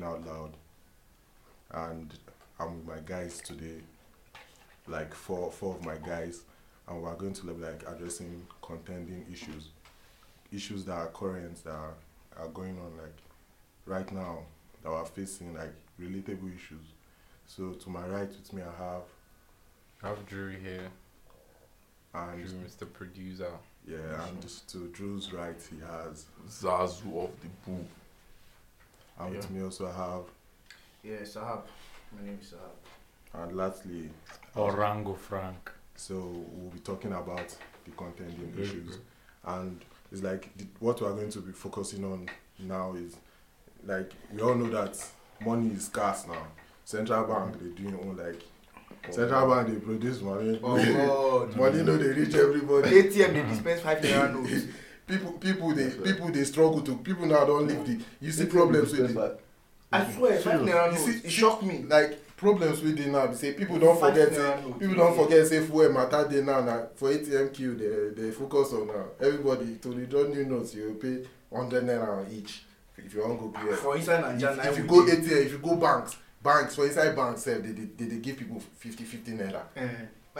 allowed. And I'm with my guys today, like four four of my guys, and we're going to be like addressing contending issues, issues that are current that are, are going on like right now that we're facing like relatable issues. So to my right with me, I have I have Drew here. and Drew, Mr. Producer. yeah, and just to Drew's right, he has. Zazu of the Boo. And with Yeah. me also have Yeah, Sahab. My name is Sahab. And lastly, Orango Frank. so we'll be talking about the contending Mhm. issues, and it's like the, what we are going to be focusing on now is like we all know that money is scarce now. Central bank they doing own like central bank they produce money. Oh God. money no they reach everybody. ATM they dispense five naira notes. People people they That's right. people they struggle to people now don't live the you see problems with the, I swear, five Serious? naira You notes. see- It shocked me. like problems with the now be say people don't forget say people don forget say fuel matter dey now na for atm queue dey dey focus on am everybody to withdraw new notes you go pay hundred naira each if you wan go pos For inside Nigeria, if, if you go atm if you go banks banks for inside banks eh, sef dey dey dey dey give people fifty fifty naira Eh,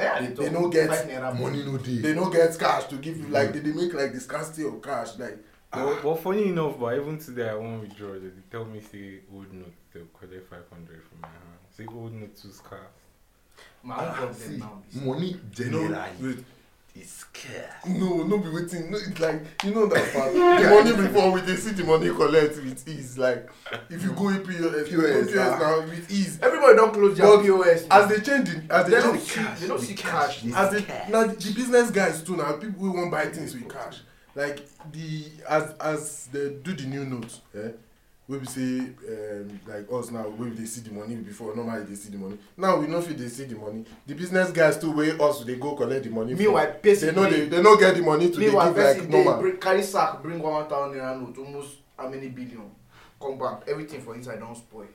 yeah, They- they, they talk no get five naira money no dey they no get cash to give you like they dey make like the scarcity of cash like But, but funny enough, but even today I won't withdraw. They dey tell me say old note they'll collect five hundred from my hand. Say old note too scarce. My Ah, own see problem now. is- money they no generally wait is scarce no no be wetin no it's like you know that part the money before we dey see the money collect with ease like if you go pos if you go POS, pos ah. now with ease Everybody don't close their But POS. now. as they change the as they they don't change see, they don't see cash. the as they na the the business guys too na people wey wan buy things with cash like the as as they do the new note eh wey be say um, like us now wey we dey see the money before normally dey see the money now we no fit dey see the money the business guys too wey us dey go collect the money Meanwhile, person they no dey dey- they no get the money to dey give meanwhile like person dey normal bring- carry sack bring one one thousand naira note almost how many billion come back everything for inside don spoil.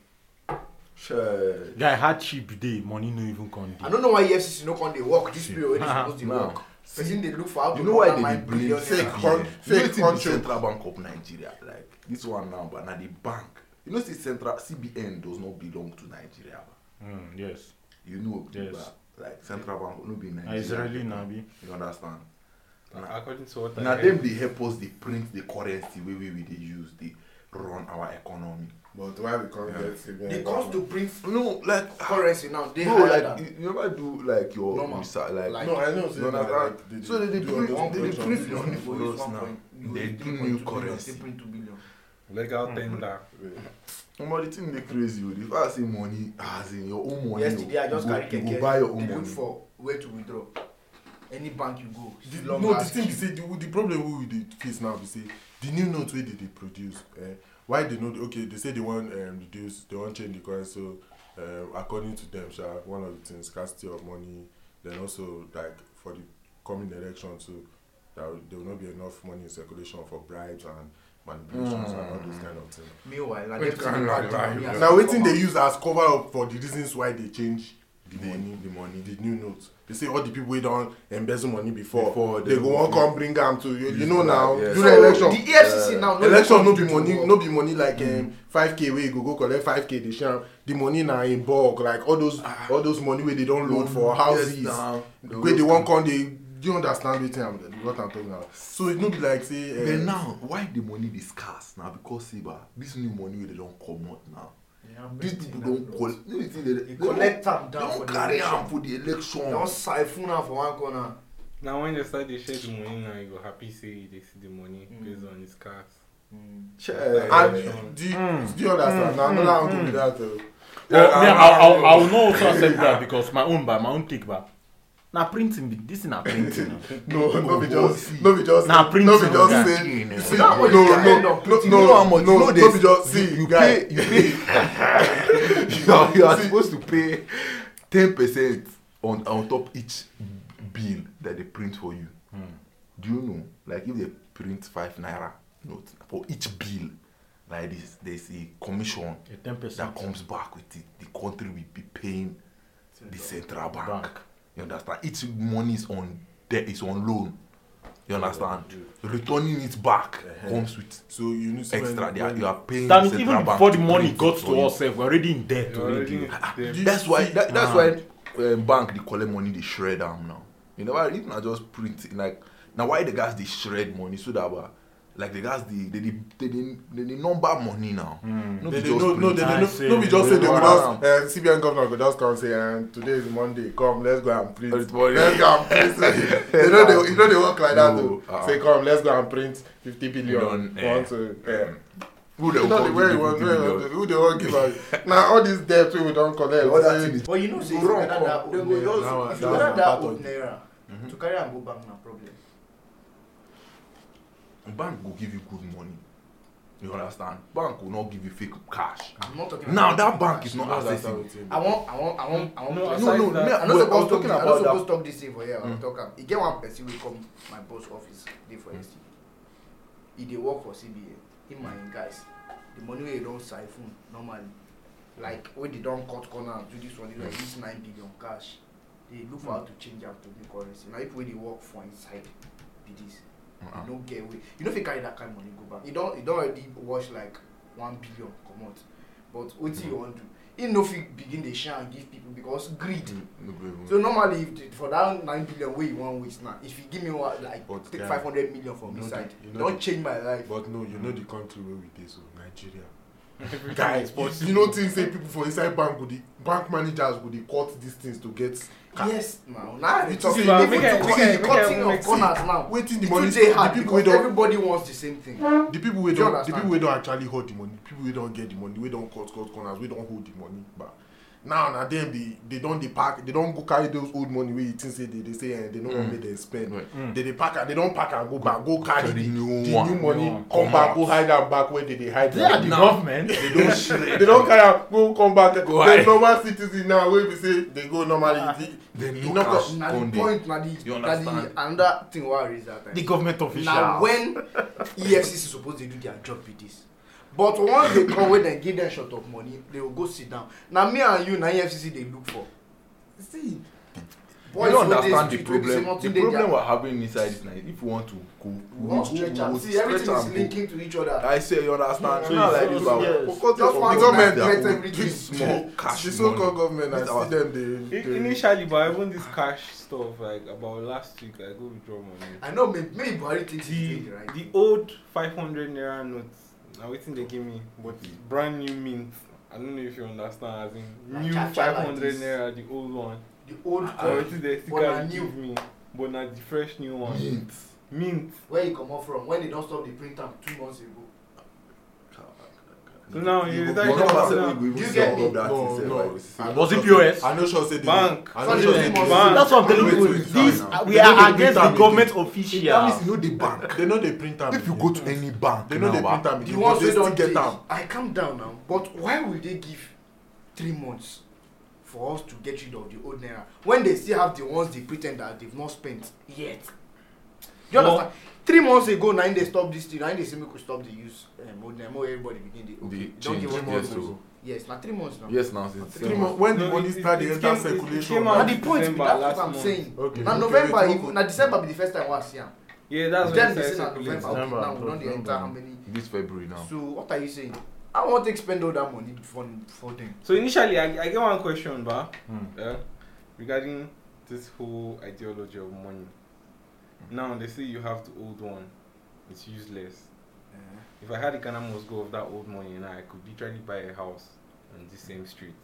sure Guy hardship day, money no even come I there. don't know why E EFCC no come dey work this period wey dey suppose dey Now, work. Person dey look for how to you know why corner they my dey blame billion fake naira. con- con fake fake country control. central bank of nigeria like this one now but na the bank you know say central cbn does not belong to nigeria ba Mm, yes. you know Yes. ba like central bank no be Na nigeria Israeli Nabi. you understand Like, na according to what na I dem dey help us dey print the currency wey we we dey use dey run our economy but why we come Yeah. get cbn The cost to print no like currency now dey bro higher Ah. like than. you, you never do like your Normal. research like, Like- no i know say you na understand like they so they dey do all those print they operations. dey print money for use us one now point- you They use do 3.2 new billion, currency. they print two billion. legal Hmm. tender. Wait. omo the thing dey crazy o the fact say money as in your own money oh, yesterday i just you go- carry keke you go buy your own dey money look for where to withdraw any bank you go The- long no the ass thing be queue. say the, the problem wey we dey face now be say the new note wey dey dey produce eh, why they no dey okay they say they wan um, reduce they wan change the currency so um, according to them sha one of the things scarcity of money then also like for the coming election too that will- there will not be enough money in circulation for bribes and manipulations mm. and all those kind of things. meanwhile na Which dem kind dey of pack the lie money you as e Yeah. be? na come wetin out. dey use as cover up for the reasons why they change the, the The- money the money the new note they say all the people wey don embezzle money before, before Before they they go go wan fit- come bring am to you you Use know that, now yes. during So, election the E Uh, efcc now no election dey no come be to money work. no be money like um, 5k wey you go go collect 5k dey share am the money na in bulk like all those all those money wey they don load for houses wey they wan come dey do you understand wetin i'm what i'm talking about so it no be like say eh, then now why the money dey scarce na because say ba this new money wey dey don comot now Yeah, these printing people and don lots. collect no be say they They they collect am they down for don the carry am election for the election don siphon am for one corner Now when they start they share the money now you go happy say they see the money Hmm. Mm. based on his cars. Che- and Yeah. do Mm. do you understand na another angle be that o. Well, me, I, I, I will not also accept that because my own by my own take back. Na printing be this na printing. na. No, no be go just, see. no be just, Na no be printing just guy. say, You know. see, That no, one no, is guy. no, No, no, you know how much no, no, there's- be just see, you, you guy. pay you pay you are, you are supposed to pay ten percent on on top each bill that they print for you Hmm. do you know like if they print five naira note for each bill like this there is a commission A ten that percent comes back with it the country will be paying the central bank, bank. you understand each money is on debt is on loan You Oh, understand? Returning it back Uh-huh. comes with So you need to extra. They are, you are paying Damn it, central even bank before the to money print got it to for you. Ah, us, sef, we're already in debt You already. already You dem That's why see- that, that's Ah. why um, bank they collect money they shred am now. You know why if not just print it, like now why the guys they shred money so that uh, like the guys they they they, they, they, they, they number money now. Mm. No, They be dey just no, no, print. they I dey see. no, no be just say they go Wow. just uh, CBN governor go just come say um, today is Monday come let's go and print It's Monday. let's go and print they no dey you no dey work like that No, o uh-uh. say come let's go and print fifty billion Billion, eh. once o yeah. Who they you know the will way give you you wan fifty do it billion? who dey wan give am na all this debt wey we don collect The other thing say is- but you know say if Go you wrong, gather that old come. They just- that one part naira if you gather that go old of naira Mm-hmm. to carry am go bank na problem Bank will give you good money. You understand? Bank will not give you fake cash. i'm not talking Now about- that bank is you not know that's how accessible. it is. i wan i wan i wan i wan No, play- I- No, no, Besides that- me- I no well, I was suppose talk this. talking I no about that. suppose talk this thing for here. I Mm. mm. talk am. E get one person wey come my boss office dey Mm-hmm. for ST. E dey work for CBN. Him and him guys. The money wey e don siphon normally, like wey dey don cut corner and do this one, this one, Mm-hmm. this nine billion cash. Dey look for how to change am to new currency. Na people wey dey work for inside be this. Uh-uh. Ah. You no get way. You no fit carry that kind of money go back. You don you don already wash like one billion comot. But wetin Mm. you wan do? He no fit begin dey share and give people because greed. Mm. No go even- so normally if the, for that nine billion wey you wan waste now if you give me one like But take guy, five hundred million from you me know side the- you know don the- change my life but no you know the country wey we dey so Nigeria Guys, you, you no think say people for inside bank go dey bank managers go dey cut these things to get cash yes na na i dey You talk see, about make even I- the make I- cutting make the I cutting even make of corners now wetin e the too money dey the hard people wey because don everybody wants the same thing the people wey Do you don the understand? people wey don actually hold the money the people wey don get the money wey don cut cut corners wey don hold the money back now na dem dey dey don dey pack dey don go carry those old money wey you think say dey dey say eh dey no wan Mm. make dem spend Right. dey dey pack am dey don pack am go back go carry Carry the new the one. new money New one, come come back out. go hide am back where dey dey hide They are the am Now- government. They don't shred. dey don carry am go come back Go hide. Ah. the normal citizen now wey be say dey go normally the- They e no no cash. come- na Come the dey. point na the You na the understand? another thing wey i raise that The time government na official. when E efcc suppose dey do their job be this but once they come wey dem give dem short of money they go go sit down na me and you na E efcc dey look for see you wey don't dey understand the street wey be say problem. nothing The dey their problem we're having inside is like if you want to go, We want to stretch am. See, everything is linking to each other. I say you understand. So So it's not like this, also- but yes. for culture, Just for want the to government get their own everything. this small cash the so called money. government i This our- see dem dey In- dey initially but even this cash stuff like about last week i go withdraw money I know maybe maybe Buhari thinks the he's doing right. the old 500 naira notes na wetin dey give me but brand new mint i don't know if you understand as in Na new cha-cha like 500 this. naira the old one the old na wetin coin dey na still new. give me but na the fresh new one Mint. mint where he come up from when they don't stop the print am two months ago. so now you dey You talk don't about accept now we will You see get all me? of that No, thing, no. right? We see. I'm Was not it sure- POS? I no sure say they Bank. I no Sorry, sure say bank. they That's what I'm telling Wait, you. wait, This wait, wait. we They no are dey against print the am government That means official. you know the bank. they no dey print am. If you go to any bank they no dey now, print ah, am. the again, ones but they wey don still take get am. I calm down now but why will they give three months for us to get rid of the old naira when they still have the ones they pre ten d that they no spent yet. you Well- understand three months ago na im dey stop this thing na im dey say make we stop dey use um, old naira make everybody begin dey okay Dey you don change, give us yes, three months so. ago yes na three months now. yes, now since Three seven. months when the No, money it- start it- dey it enter came- it- it circulation. came na out- na the- the point be December that last what i'm month. saying Okay, na okay, november wait, even na december be the first time wey i see am yeah that's then when they i say na start november circulating okay November, now we don dey November. enter how many This February now. so what are you saying i wan take spend all that money for for them. so initially i i get one question ba Hmm. yeah, regarding this whole ideology of money now they say you have the old one it's useless If I had the Ghana must go of that old money now, I could literally buy a house on the same street.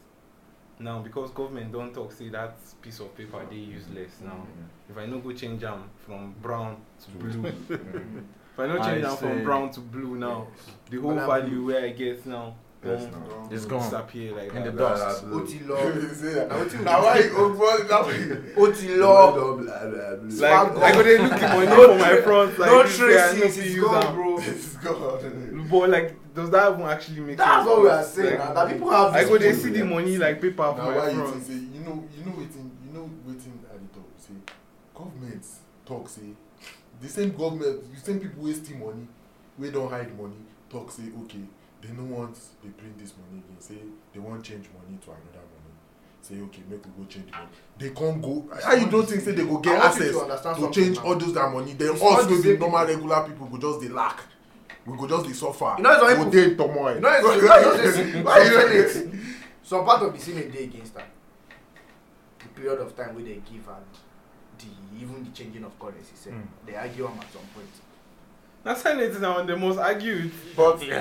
Now, because government don't talk, say that piece of paper they useless now. Mm-hmm. If I no go change them from brown to blue, if I no change I them from see. brown to blue now, the whole Colour value where I get now, Yes, don't now. It's gone. disappear like In the that. dark. oti You lọ see that? na wetin we na why dey you go go that way. oti lọ Like Swag I go gone. dey look the money for my front, like no this guy, I no traces fit is use gone am. bro It's gone. But like, does that even actually make that's sense? what we are saying Like, na na people have I this go dey thing. see the money like paper for na why my you think front. say you know you know wetin you know wetin i dey talk say government talk say the same government the same people wey steal money wey don hide money talk say okay they no want dey print this money again say they wan change money to another money say okay make we go change the money they come go how you don't think say they go get I want you to access understand to something change now. all those that money then It's not us the wey same be normal regular people go just dey lack we go just dey suffer You know it's not go even- dey tomoy You know, it's, you know, it's, why you know it? Some part of the ceiling dey against her. The period of time where they give and the even the changing of currency, sef, Mm. they argue am at some point. na senate na on the most argued but Yeah.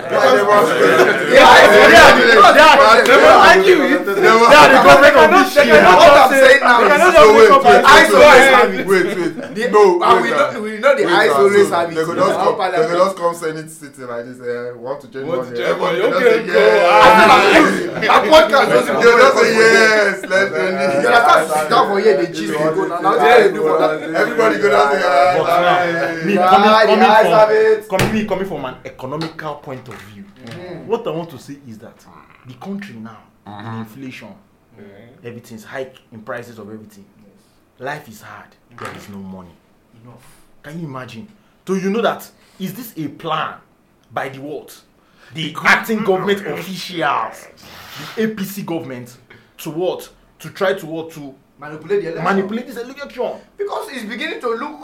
what I'm saying now they is cannot So wait, just wait, make up eyes wait, and always say, wait, wait, wait, wait. The, No, and Oh, we wait, know, we know the Wait, eyes ah, always so have it. They go Now, just come. They go parliament- just come Senate sitting like this. Eh, want to change Want money. to change Everybody money, just okay, say, go. yes. That podcast They doesn't go go well just for say you. yes. Let's Yeah. change it. You understand? Sit down for here, they gist, they go, now, now they do for that. Everybody go Ah, just say But now, yes. me Yeah, the coming, eyes have coming, it. Mm. from, com- me coming from an economical point of view, what I want to say is that the country now, Mm-hmm. the inflation, everything's hike in prices of everything. Life is hard. There is no money. Enough. Can you imagine? So you know that is this a plan by the what? The acting government officials, the APC government, to what? To try to what to Manipulate the election. manipulate this election. Because it's beginning to look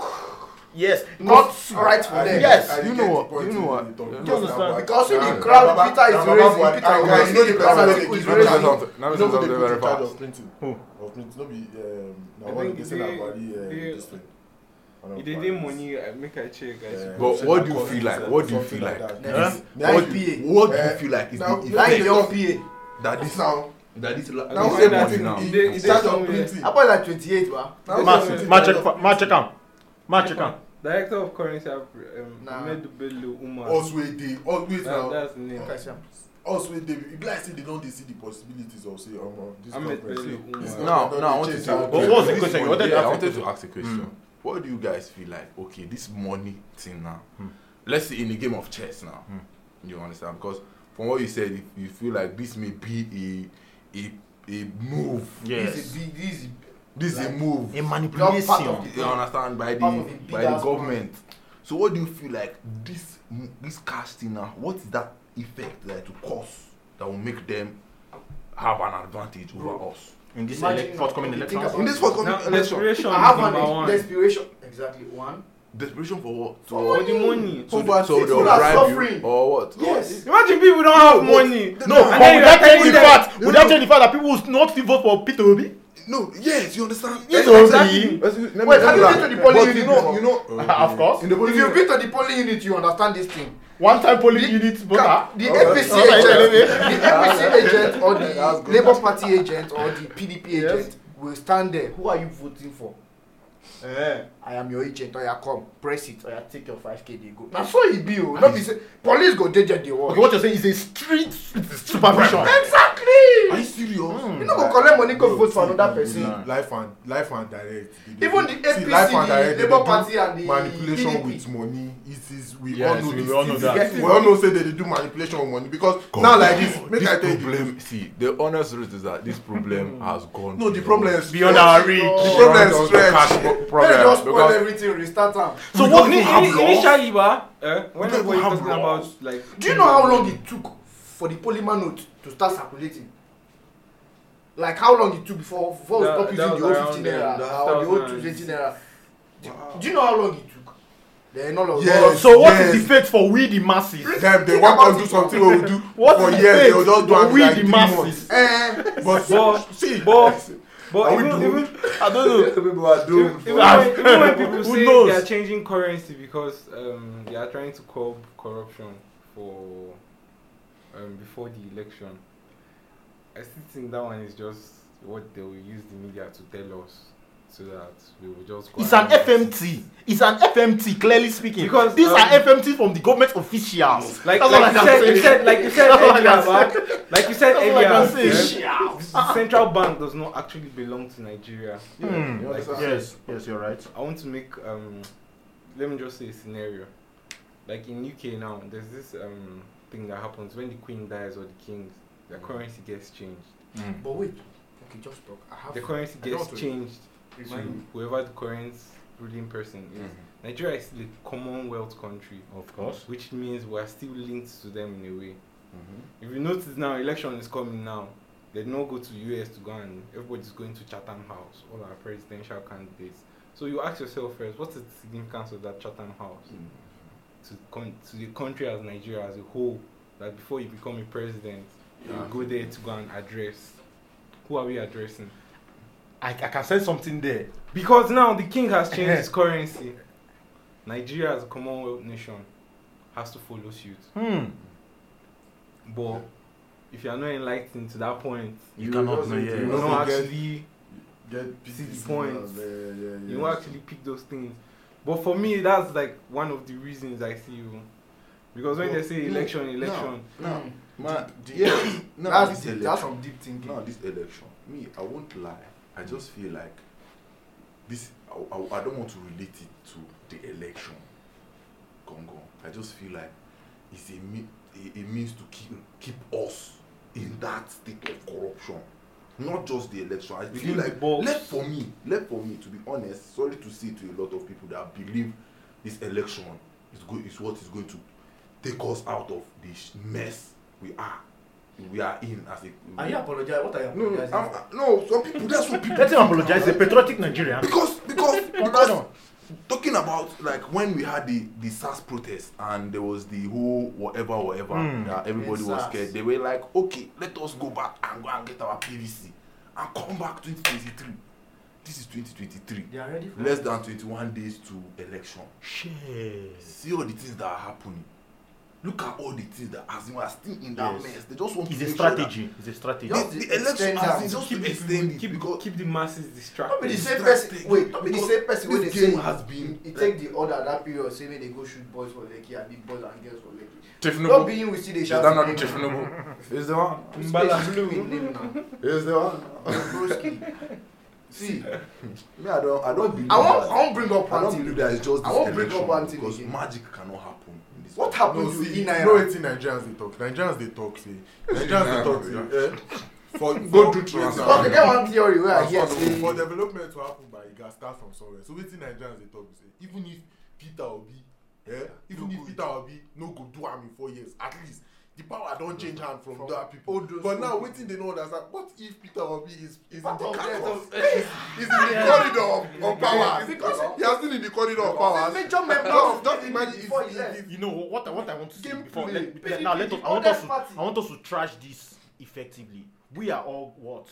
Yes, not not right for them. Yes. I You get know the what? point You you know what? talk You just understand? now, but- Because see the Yeah. crowd, Baba- Peter is Baba raising, Buhari- Peter Ah, is yeah, you raising, know the Peter crowd is that raising, they is give raising. Jonathan. Now You know this is who they put very, in very charge fast. of printing? Who? Of printing, no be, um, na I one think they say na they- Buhari, um, they- this thing. One of e dey dey Buhari's, money I make i um, check i see. But something what do you called feel Nigeria, like? What do you something feel like like? that. Huh? This- What do Nigeria- you- what do Eh, you feel like is now- now the Like effect you your PA. that this Now- that this la- I now who don't find this that same that money thing now? in- They- in they charge of somewhere. printing? How about like 28, ba? Now who Ma that thing in ma charge check of ma check am. Ma check am. director of currency um, Nah. Oh, ahmed bello umar us wey dey us wait that, now that's the name Catch am. us wey dey e be like say they don dey see the possibilities of say omo this ahmed government bello umar No, Now, no, now I they want to change say. that. okay, But what's the this question? You money- wanted to yeah, I ask a wanted to question. ask a question. What do you guys feel like? Okay, this money thing now. Let's say in a game of chess now. You understand? Because from what you said, you, you feel like this may be a a a move. This Yes, is big, this is This is a move. Not part a of manipulation. You understand by the Part of the by bigger the government. So what do you feel like this m- this casting now? What is that effect that to cause that will make them have an advantage over us in this Imagine- ele- forthcoming you think election. about- in this now forthcoming election? desperation I have number an one ex- desperation. Exactly, one. Desperation for what? For For for the money So, Over so six they'll people are bribe suffering. you or what? Yes. imagine people don have money No, And but then would you are that change telling the them- fact? Would that change the fact that people will not still vote for Peter Obi? No, yes, you understand. Yes, Let me- exactly. let me- let me Wait, have tell you that. been to the polling But unit you know, before? you know, Of course. in the If polling you've unit, been to the polling unit, you understand this thing. One time polling The- unit voter. Ca- The Oh, APC that's- that's agent, right. the APC agent, or That's the good. Labour Party agent, or the PDP Yes. agent will stand there. Who are you voting for? Eh. I am your agent. Oya come, press it. Oya take your five k. Dey go. Na so e be o. No be say police go dey there dey watch. Okay, what you're saying is a street supervision. are exactly. you serious? Hmm. You no go collect money go vote for another person. person. life and life and direct. They dey Even do- the see, APC, life and the direct, they Labour dey do Party and the manipulation PDP. with money. It is we Yes, all know we this. all know thing. that. We all know say they dey do manipulation with money because God. now like this. Make this I tell you. problem, see, the honest truth is that this problem has gone. No, the beyond- problem is Beyond stretch. our reach. The Oh. problem beyond is the cash stretch. pro- Make problem. you just spoil because- everything restart am. So what? We don't Ini- even have ini- laws. initially ba eh, when don't everybody have talking about laws. like Do you know how long it took for the polymer note to start circulating? Like how long it took before before we That- stop that using the was old 15 around, naira, um, the old 2000. 220 naira? Do- Do you know how long it took? Then all of Yes. So what is Yes. the fate for we the masses? Dem dey Think want about us do it. something wey we do What for is the years. They will fate just do for am we like the three months. masses? Eh, But but see, but but Are we even doomed? even I don't know. even even Ah. when even when people Who say knows? they are changing currency because um, they are trying to curb corruption for um, before the election, I still think that one is just what they will use the media to tell us so that we will just. Go It's an along. FMT. It's an FMT. Clearly speaking, Because, these um, are FMT from the government officials. Like, That's all I like, you can said, say. you said, like you said That's all I earlier, can say. about- like you said That's all I can earlier, say. yeah, the central bank does not actually belong to Nigeria. Hmm. You Like, understand? Yes, yes, you're right. I want to make um let me just say a scenario. Like in UK now, there's this um thing that happens when the queen dies or the king, the currency gets changed. but wait, okay, just talk. I have The currency I don't gets want to- changed by whoever the current ruling person is. Nigeria is still a commonwealth country, Mm. Of course. which means we are still linked to them in a way. If you notice now, election is coming now. They did not go to US to go and everybody's going to Chatham House, all our presidential candidates. So you ask yourself first, what's the significance of that Chatham House to con- to the country as Nigeria as a whole? That before you become a president, Yeah. you go there to go and address. Who are we addressing? I, I can say something there. Because now the king has changed his currency. Nigeria as a Commonwealth nation has to follow suit. Hmm. But if you are not enlightened to that point, You cannot know, yeah. you also will not get- actually Get See the PCC point. now, Yeah, yeah, yeah. you will actually pick those things. But for me, that's like one of the reasons I see you. Because when But they say no, election, no. election, Now, Mm. man, the, Yeah. now that's, this deep, election- that's some deep thinking. Now this election, me, I won't lie. I just feel like this. I, I, I don't want to relate it to the election. Congo. I just feel like it's a, me- a, a means to keep keep us in that state of corruption. Not just the election. I feel Within the like box. left for me, left for me. To be honest, sorry to say to a lot of people that believe this election is go is what is going to take us out of this mess we are we are in as a Are you apologize? What are you no, no, apologizing I'm, for? I- no. Some people. That's what people. Let him apologize. He's a patriotic Nigerian. Because because because Ronaldo. talking about like when we had the the SARS protest and there was the whole whatever whatever Hmm. that everybody Yes, was SARS. scared. They were like, okay, let us go back and go and get our PVC and come back 2023. This is 2023. They are ready for Less it. than 21 days to election. Shit. See all the things that are happening. Look at all the things that as you are still in that Yes. mess. They just want It's to a make sure that- strategy. It's a strategy. Just the, to the election extend as am, in just keep, to the extend people- it keep, because keep the masses Not be distracted. the same distracted. person. Wait, not be the Because same person when they this say game has been- He take the order at that period, say make they go shoot boys for Lekki and be boys and girls for Lekki. Not Tifunobu. being we see they Is shout. that not the Tifunobu? Is the one? Mbala Blue. name now. Is the one? Broski. See, Me, I don't. I don't believe. I won't, I that. won't bring up I don't party. believe that it's just. I this won't bring election up Anthony because again. magic cannot happen. In this What happened country. No, to E see, you Inaira? know wetin Nigerians dey talk. Nigerians dey talk say. Nigerians dey talk say. eh, For Go for- do wait, transfer. now. But they get one theory where I As hear for the- say. for development to happen by e gats start from somewhere so wetin nigerians dey talk be say even if peter obi eh, even if peter obi no go do am in four years at least the power don change hand from, From from that people old those but now people. wetin dey no understand what if peter obi is is in the Part of them. corridor is is in the corridor of of power Because- he has been in the corridor of power Because major member just of just PDP imagine before if E he left. if you know what I, what I want to say Game before. play. Let, let, now let us. I want us. To, I want us to trash this effectively. We are all what,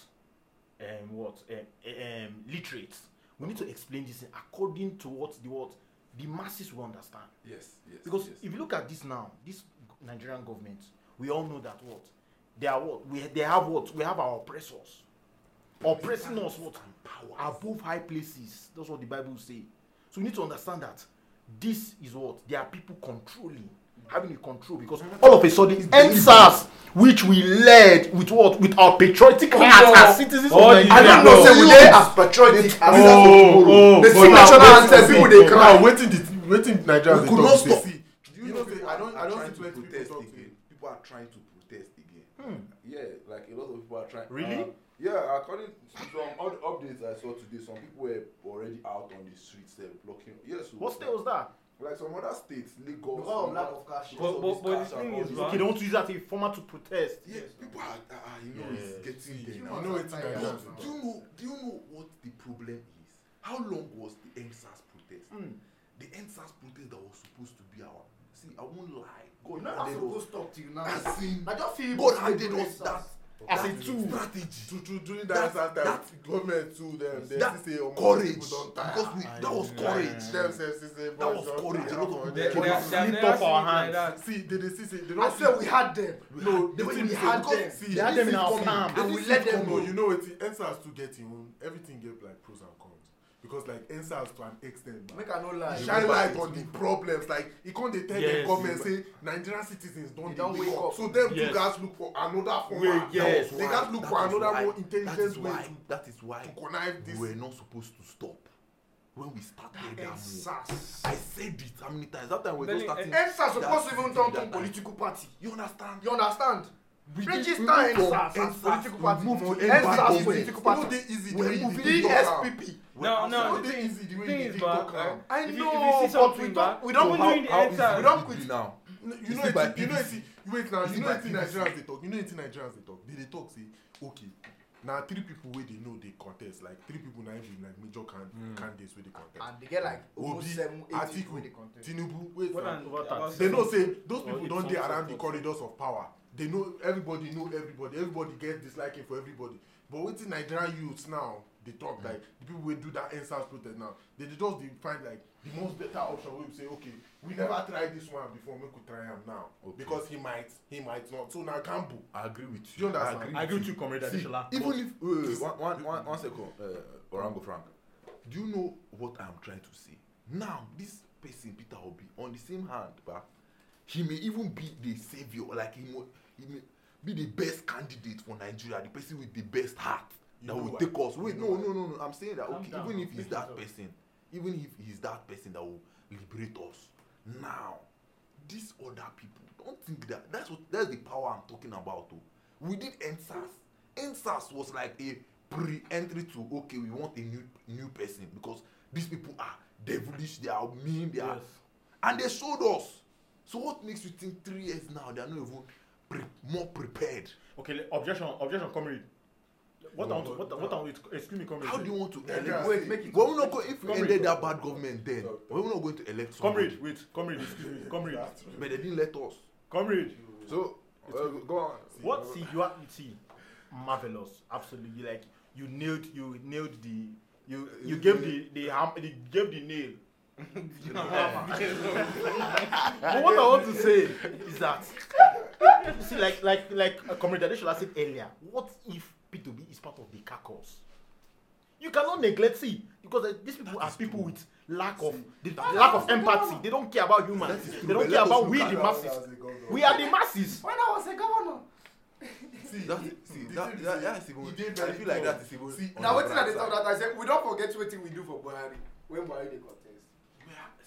um, what, um, um, literates. We need to explain this according to what the what the masses will understand. Yes. Yes. Because yes. if you look at this now, this Nigerian government, we all know that what they are what we they have what we have our oppressors, oppressing us what above high places. That's what the Bible say. So we need to understand that this is what there are people controlling, having a control because Mm-hmm. all of a sudden answers which we led with what with our patriotic heart as citizens of all the- Nigeria. I don't know, No. say we dey as patriotic as oh, oh, the but team national now- anthem people dey cry. now wetin the wetin nigerians we dey could not talk be say stop. see Do you know say i don i people don are see trying plenty people to protest talk say. again. People are trying to protest again. Hmm. Yeah, like a lot of people are trying. Really? Uh, yeah, according to some other updates I saw today, some people were already out on the streets, they were blocking. Yes. so- What state was that? Like some other states, Lagos. Because of lack Lagos, of cash. because But- but- of but this the cash thing and is, man, all this. Okay, they want to use that as a format to protest. Yeah, people are, ah, ah, you know, it's Yes. getting you there now. know wetin nigerians But dey do you know? Do you know what the problem is? How long was the EndSARS protest? Mm. The EndSARS protest that was supposed to be our. See, I won't lie. You God know how handed us. suppose talk till now. As in, I just feel God handed us that. As that a tool. strategy. true true during That- that that time that- government too dem dem that still say omo Courage. people don tire Because we, that was Yeah. courage. dem sef still say That boys was don courage. A tire lot of omo They, they, they, people came have out. Slipped never off seen our it like hands. that. see they dey see say they I don swear we had them. no the We thing be had say them. because see They had this them in is our coming. farm. This And we is let them coming. go. you know wetin ensars too get im own everything get like pros and cons because like ensars to an extent man Make I no lie. e shine light on the problems like e come dey tell dem Yes, government say nigerian citizens don They dey don wake wake up up. so dem too Yes. gats look for another Way, format yes. they gats look That for is another why- more that is intelligent way why- to That is why to connive we this were not supposed to stop when we started that move. Ensas. I said it how many times? That time we Then just it- starting. Ensas Eh, supposed to even That- turn that to time. political party. You understand? You understand? We did- Register we moved from Ensas as Ensas political to party. move to Ensas Ensas as political e no party. dey easy the We're way e moving dey to talk am. DSPP. No, no. It's The not easy the way thing you is, dey man, talk uh, am. I if you- if you see know, but we something, don't. man, We don't So do how- it. how is We don't quit now. No, You you know see it, by you know BBC. it, wait now, You you, see know by it in BBC. Nigerians they talk, you know it in Nigerians they talk. They, they talk say, okay, now three people where they know they contest, like three people now be like major can, candidates where they contest. and they get like Obi, almost seven eight people wey dey Atiku, contest. Tinubu, wait What now. an- Over about tax. they seven- know say those Or people the don dey forms around the of- corridors of power they know everybody know everybody everybody get disliking for everybody but wetin nigerian youths now dey talk mm. like the people wey do that endsars protest now they dey just dey find like the most better option wey be say okay we never try this one before make we try am now okay. Okay. because he might he might not so na gamble I agree with Do you you. understand? I agree. I agree with you, Comrade See, Adeshola. even but- if wait, wait, wait, one, one, one, one second, uh, Orango Frank, do you know what I'm trying to say? Now, this person Peter Obi, on the same hand, but he may even be the savior, like he, mo- he may be the best candidate for Nigeria, the person with the best heart You that know will why? take us. Wait, You no, know no, no, no. I'm saying that Calm okay, down. even if he's Please that talk. person, even if he's that person that will liberate us now. these other people don't think that that's what that's the power i'm talking about oh we did ensas ensas was like a pre-entry to okay we want a new new person because these people are devilish they are mean they are Yes. and they showed us so what makes you think three years now they are not even pre more prepared Okay, le- objection, objection, comrade. What No, I want to, but- what, I- what I want to, excuse me, comrade. how do you want to Nigerians elect Wait, make it- when we not go if we Comrade. ended that bad government then Stop, stop. when we not going to elect somebody comrade, wait, comrade, excuse me, comrade, but they didn't let us comrade. so uh, go on What see you are see, marvelous, absolutely. Like you nailed, you nailed the, you Uh, you gave the the ham, the gave the nail. But what I want to say is that see, like like like uh, comrade Adeshola said earlier, what if P2B is part of the carcass? You cannot neglect see because uh, these people are people with lack of the, the lack of empathy. They don't care about humans. is true, They don't but care let us about look we at the that masses. We are the masses. when i was a governor. see That- see, the that- thing be that- say, that's even- e dey I very feel like tough. that is even See, on na the wetin i dey bright talk side. that time i say we don forget wetin we do for buhari when buhari dey contest.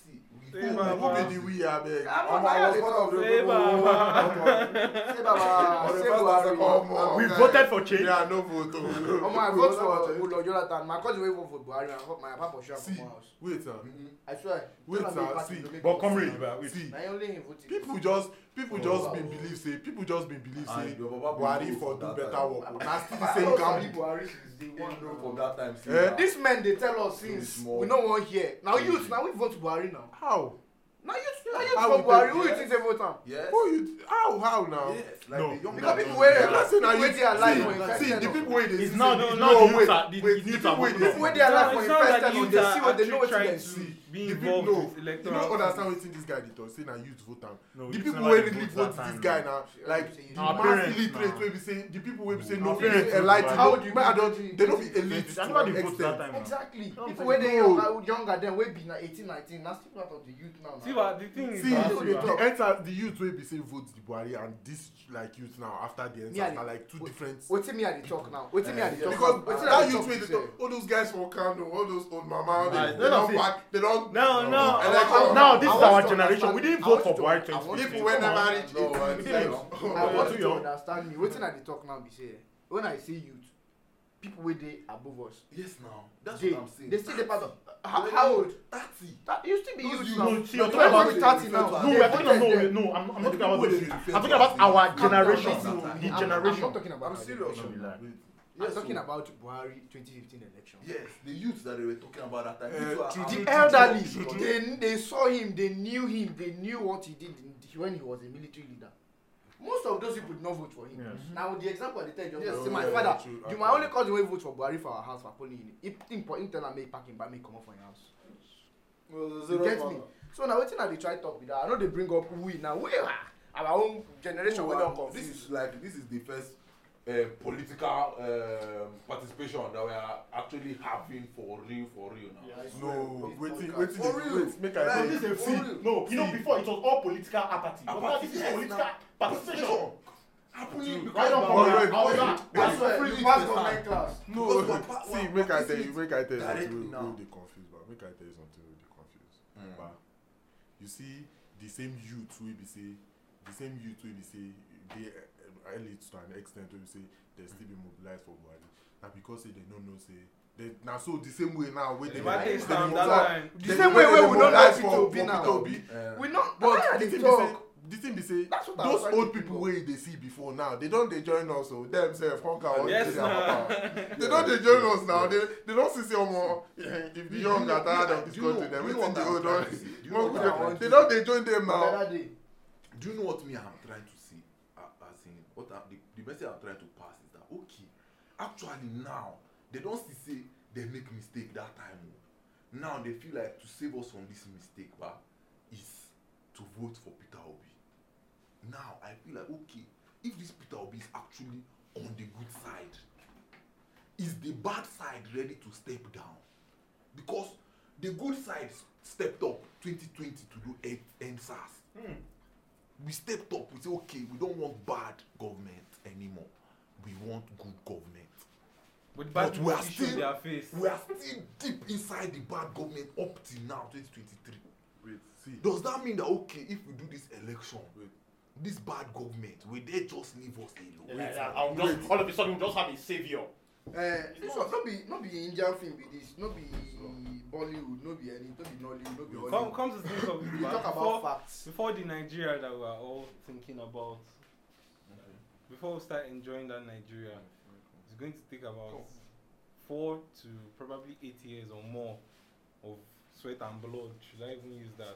see who we Hey, who Baba. be the we abeg I'm omo not i was tired. part of the Hey, Baba. say On the baba Ah, say Oh, first buhari and second, omo. We Okay. voted for change. yeah no vote o omo i Oh, vote for ulo jonathan my cousin wey vote for buhari my papa- my papa sure see for house wait ah i swear Wait, tell am make sir, party see, no make But us- comrade, wait. see na only him vote people just people Oh, just wow. been believe say people just been believe And say your papa buhari been for good do for that better time. work o na still the same gamble buhari is the one know from that time see Eh? that- this men dey tell us since Small. we no wan hear na youth na we vote buhari now how na youth na youth How for we buhari take- who you yes. think say vote am. yes who you how how now. yes like No. the young because man people wey Yeah, dey see, na people wey you- dey alive see, for infection see the people wey dey It's see now say, the- no, now the youths wait, are- the- wait, the youths people are wey voting dey- up. people wey dey the No, it alive for sounds infection like on youths dey are see what they know actually wetin dem trying see. to the people be involved no with you electoral no understand wetin this guy dey talk say na youth vote am No, the it's people never wey the really youths vote that this time, guy no. na like Our mass parents illiterate now. wey be say the people wey be say Our no be parents now. enligh ten How do you my adult vote? they no be elite I never to did an vote that extent time. now. exactly No, people I'm wey saying dey no. younger younger dem wey be na eighteen nineteen na still part of the youth now. na. See what the thing is. uh, see that- That's what they the talk. enter the youth wey be say vote the buhari and this like youth now after the Yeah, enter na like two wait. different. wetin me i dey talk now wetin me i dey talk because now wetin i that dey youth wey talk dey be say talk all those guys for kano all those old mama Right, they they let us don see. pack they don. No, no. Election. Now this I is want our to generation. understand- We didn't I vote want for to- Buhari I want to- 2020. people wey Come on. never reach No, eighteen. I we tell dey- you. i want you too to young. understand me wetin i dey talk now be say when i say youth people wey dey above us yes now that's dey what i'm saying dey still dey part of how how old thirty that you still be Those youth youth- now No, see, you're The talking one wey about- thirty now No, we dey are talking of voted no, there. no. I'm, I'm not talking People about. dey This. defend I'm talking about our themselves. Calm down, generation. listen. The I'm- i'm generation. not talking about i'm that. serious Don't be now. like- i'm Yes, talking so- about buhari twenty fifteen election yes the youth that they were talking about that time Eh, people are- to are- the to- the to- elderly to- to- they they saw him they knew him they knew what he did in, when he was a military leader most of those people did not vote for him Yes. now the example i dey tell you just Yes, now, say my yeah, father true, you actually. my only cousin wey vote for buhari for our house for polling unit he him for him tell am make he pack him bag make he comot for him house you get me so na wetin i dey try talk be that i no dey bring up we na we ah our own generation wey don um, this confuse is like this is the first uh, political um, participation that we are actually having for real for real now Yeah, I no wetin podcast. wetin For dey real. wait make i Like, tell this you is a see real. No, you know, before it was all political apathy. But now Apathy, this is yes, political participation. happening Why because don't Wait, come wait, here? How wait. about Wait. that? swear, you you pass government understand. class no Because we're pa- see we're make i tell practicing you make i tell you directly something wey now. wey dey confuse ba make i tell you something wey dey confuse Mm. ba you see the same youth wey be say the same youth wey be say dey eh, eh, elite to an extent wey be say dem still be mobilized for buhari na because say dem no know say dem na so the same way now wey dem If I dey take stand mobilize- that line, The dem- same way dem wey we mobilize don't like for- for Peter Obi now. Peter Obi. uh, we no but na i the dey thing be say talk the thing say That's what I was those trying to old think people of. wey dey see before now they don dey join us o dem sef conquer all Yes, this now. papa they don dey join us now they they don see say omo eh, if the young are tired of this Do you know- country dem do you know wetin what the Oh, I'm old trying don to say? Do you know one what good I'm dey trying they to don dey join them The now other day, do you know what me i'm trying to say uh, as in what I, the, the message i'm trying to pass is that okay actually now they don see say they make mistake that time o now they feel like to save us from this mistake ba is to vote for peter obi now i feel like okay if this peter obi is actually on the good side is the bad side ready to step down because the good side s- stepped up 2020 to do en- endsars we stepped up we say okay we don't want bad government anymore we want good government But bad But we are people show still- their face. we are still deep inside the bad government up till now 2023 wait see does that mean that okay if we do this election Wait. this bad government will they just leave us alone Like that. I'll just all of a sudden we'll just have a savior. eh, no, no be no be Indian film be this, no be Bollywood, no be any, no be Nollywood, no be Come, Hollywood. come to think of it, We man, talk about before- facts. before the Nigeria that we are all thinking about, before we start enjoying that Nigeria, it's going to take about four to probably eight years or more of sweat and blood. Should I even use that?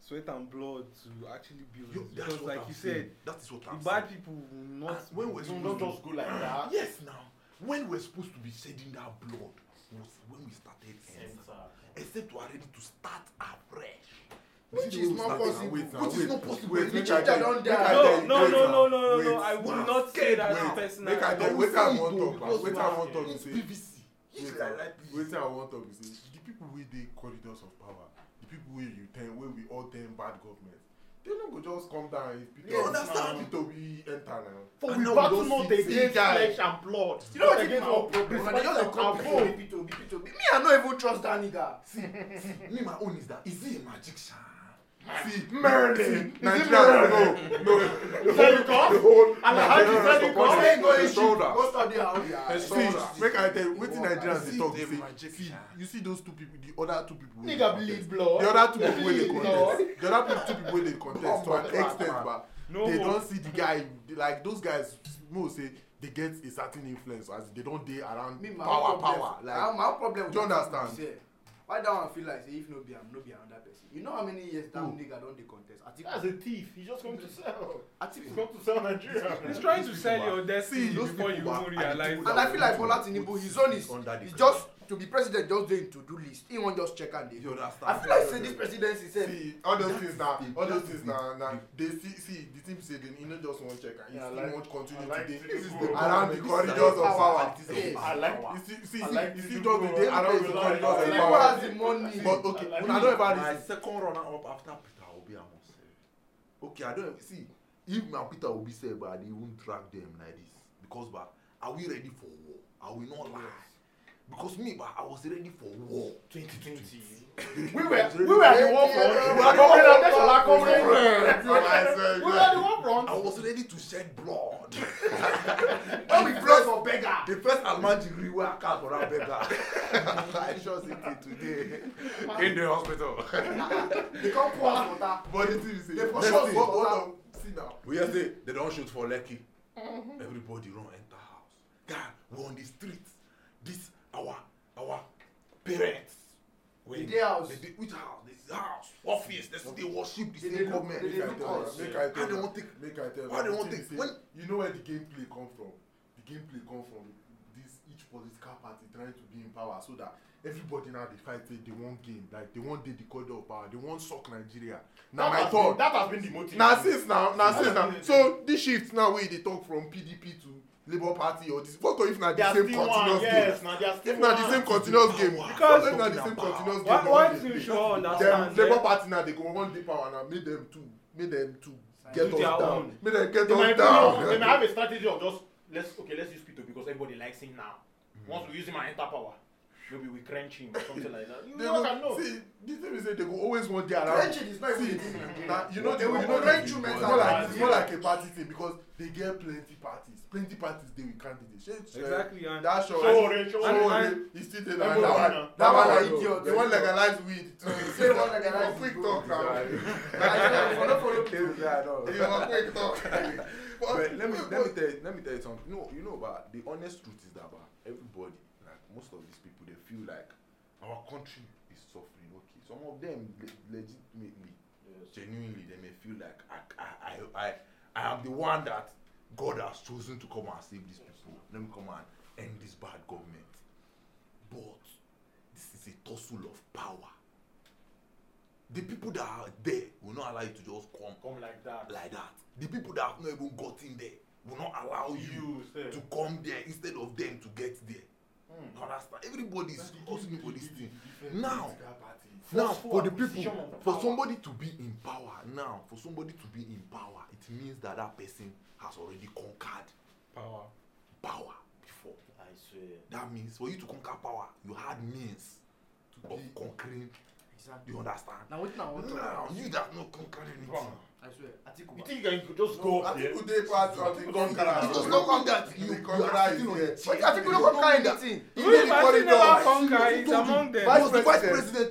Sweat and blood to actually build. Yo, it. that's because, what like I'm you saying. said, that is what the i'm bad saying people will not. And when we're Don't, don't just go like that. yes now when we're supposed to be shedding that blood was when we started Yes, endsars. sir. except we are ready to start afresh Which is not possible. wait Which is not possible. wait The make i ginger tell don you make die. i no, tell no, you no, wait ah, no, no, now. no, no. Wait. I will Wow. not say Scared, that wait. personally. make i But tell you we wetin i see wan it though, talk ah. about wetin because i we are wan talk be It's say PVC. Yes, wait I now like wetin PVC. i wan talk be say the people wey dey corridors of power the people wey you tell wey we all tell bad government they no go just come down if peter You understand? peter obi enter na. For And we now we battle don't not see- against see guy. flesh and blood. You know but what it against my all problem? problems. Man, they just dey call Our Peter vote. Obi, Peter Obi, Peter Obi. Me, I no even trust that nigga. me my own is that is he a magician see Merlin. see, nigeria no no Zelico? the whole Alhaji Nigeria Zelico? support Go him. in, go in, The shoot. shoulder. Go study how we are. See, make I tell you, wetin Nigerians see dey talk the be say, magic see, shine. you see those two people, the other two people wey dey Nigga bleed contest, blood. the other two people wey dey Bleed blood. contest, the other people- two people wey dey contest to Come an on, extent man. ba, No. they don see the guy, they- like those guys, mo say they get a certain influence as they don dey around me my power own problem, power Ah, like my own problem with Do you that understand? thing be say, why that one feel like say if no be am no be another person you know how many years that nigga don dey contest That's atiku a thief. He's just come to sell. He's atiku come to sell Nigeria. He's trying to sell your See, destiny those before you people are- even are the realize. people and i feel like bola tinubu his own is Under the he ground. just to be president just dey him to do list he wan just check am dey you do understand i feel like say this presidency sef see all those That things is na the- all those that things is na the- na they see see the team say they no just wan check am he Yeah, I still like- wan I continue like to dey to this is go the around around the this corridors of side. power This is Yes. power. I like you see see see I like you to see do just dey dey around go the around. corridors of Like, people power has the money but okay I like una don ever lis my ten second runner up after peter obi i must say okay i don't see if na peter obi sef but i dey even track dem like this because ba are we ready for war i will not lie because me ba i was ready for war 2020. we were we were at the war front. Yeah. We were at the war front. That's what I said, We were yeah. at the war front. i was ready to shed blood When we pray for beggar. the first almanjiri wey i catch for that beggar i sure say till today in the hospital dey come pour am water but the thing be say They for next sure thing, go- hold on, see now we hear say they don shoot for lekki everybody run enter house guy we on the street this our our parents They dey house. they dey which house this house office they still dey worship They the same dey look- government make they dey i look tell us. you make i How tell they wan you take- make i tell you how they the wan thing take- be say when- you know where the game play come from the game play come from this each political party trying to be in power so that everybody now dey fight say they wan gain like they wan dey the corridor of power they wan suck nigeria na That my has been- thought That has been the motive. na since now na since now been- so this shift now wey you dey talk from pdp to labour party or this what if na They the are same still one. continuous game Yes, now they are still if na the one. same continuous game Because- if na the same continuous game One, dem wan one dey thing you play. should all dem understand. labour eh, party now dey go wan dey power now make dem too make dem too get Do their us down own. make dem get They might, us be, they might down have a strategy of just let's okay, let's use Peter because everybody likes him Hmm. now. Once we use him and enter power, maybe we clench him or something like that. You They never go- can know. see the thing thing is say they go always want their around. Trenching is not even See, a thing again. na you know They the will you know rent the- you it's mental more like health. it's more like a party thing because they get plenty parties plenty parties dey with candidates. Shey, shey, Exactly, and- that sure Sowore, Sowore. he still dey like Everyone that na- one that one na Everyone na- idiot they wan legalize weed too. Say one like I quick talk now follow follow people. you wan quick talk. But let me let me tell you, let me tell you something. No, you know, but the honest truth is that but everybody, like most of these people, they feel like our country is suffering. Okay, some of them le- legitimately, genuinely, they may feel like I, I, I, I, I am the one that God has chosen to come and save these people. Let me come and end this bad government. But this is a tussle of power. The people that are there will not allow you to just come Come like that. like that. The people that have not even gotten there will not allow you, You, sir. to come there instead of them to get there. You understand? Everybody is hustling for this thing. Now, now for the acquisition people, of for power. somebody to be in power, now for somebody to be in power, it means that that person has already conquered Power. power before. I swear. That means for you to conquer power, you had means of conquering. Exactly. You understand? Now wetin I wan Now talk. you that no conquering anything. I swear. Atiku. You think you can just go up there? atiku dey part of the conqueror. It does not mean that you, The you conqueror are is sitting on the here. chair. But Atiku It no does come not mean carry that- anything. You know, if I see never conquer, He it's told you, among them. Vice Vice president,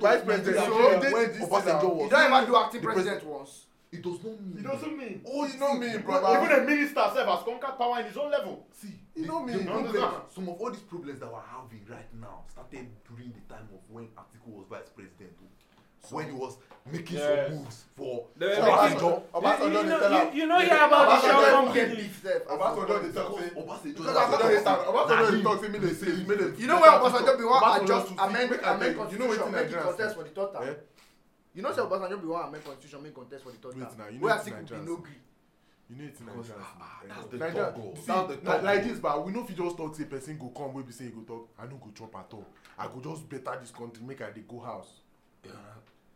president. vice president. Vice So president. when This Obasanjo is was, He don ever do acting The president once. it does not mean. It doesn't mean. oh you know me Even a brother. minister self has conquered power in his own level. See, You the- know me, the you know problem- that. some of all these problems that we're having right now started during the time of when Atiku was vice president. oh. when he was making Yes. some moves for They were making- Obasanjo. obasanjo dey Oh, tell am know hear about the shell Obasanjo company? even get beat sef. obasanjo dey talk say Obasanjo. Because Obasanjo dey talk Obasanjo dey Nah, talk say make they say make they. You know why Obasanjo bin wan Obasanjo adjust should amend make I tell amend you, You know constitution wetin make e Nigeria contest say. for the third Eh? time. You know say Obasanjo bin wan amend constitution make e contest for the third Wait time. now, you know Wey wetin Atiku Nigeria bin no say. gree. You know it's Because, ah, ah, that's the Nigeria, talk, oh. see, That's the na- talk, like oh. this, but we know if you just talk say person go come, we be say he go talk. I no go chop at all. I go just better this country, make I dey go house.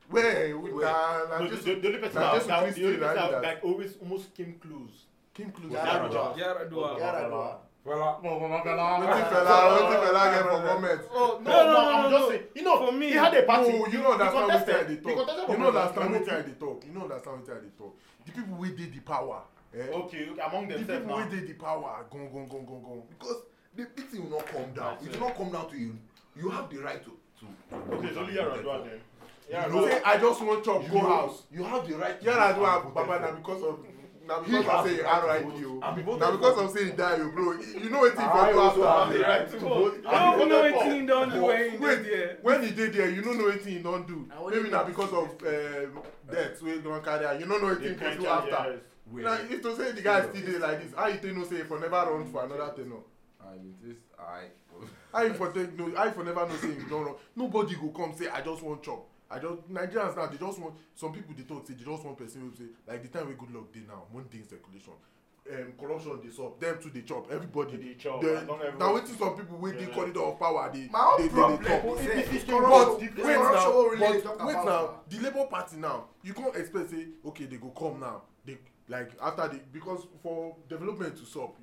Where we Where? na na No, the, just the, the only person Nah, that, Jesus that, Christ the only did person that. that, that always almost came close. came close. Yeah, Yaradua. Yaradua. Yaradua. Yaradua. Well, Wetin fella, wetin fella get for government? Oh, no, No, no, no, no, I'm no, just no. saying. You know, For me- he had a party. No, you He- no he understand wetin I contested. dey He talk. contested You for no understand government. wetin I dey talk. You no understand wetin I dey talk. The people wey dey the power. Eh? Okay, okay, among The themselves people now. wey dey the power ah, gone gone gone gone gone. Because the the thing will not come down. That's It it. will not come down to you. You have the right to. to Okay, it's only Yaradua then. You Yaradua. say I just wan chop go house. You ah, have the right. to vote and Yaradua vote baba for. na because of na He because has of say the right RIP to o. vote. And we voted Na for because him. of say he die o bro. You know wetin I for do also after. have the right to vote. You don't know wetin he don do when he dey Wait, there. when he dey there, you no know wetin he don do. Na only Maybe na him. because of um, death wey don carry am. You no know wetin he go do after. Na Wait. if to say the guy still dey like this, how you take know say he for never run for another ten ure? I mean, this Ah, I. oh. How you for take know? How you for never know say he don run? Nobody go come say I just wan chop. I just Nigerians now they just want some people dey talk say they just want person wey be say like the time wey good luck dey now money dey in circulation um, corruption dey sup dem too dey chop everybody Dey chop, Dem- and don everybody- na wetin some people wey dey Yeah. corridor of power dey My dey dey own problem dey talk. be if say it's but corrupt, wait the corruption now wey we dey talk but wait about now now. the labour party now you come expect say okay they go come now they like after the because for development to sup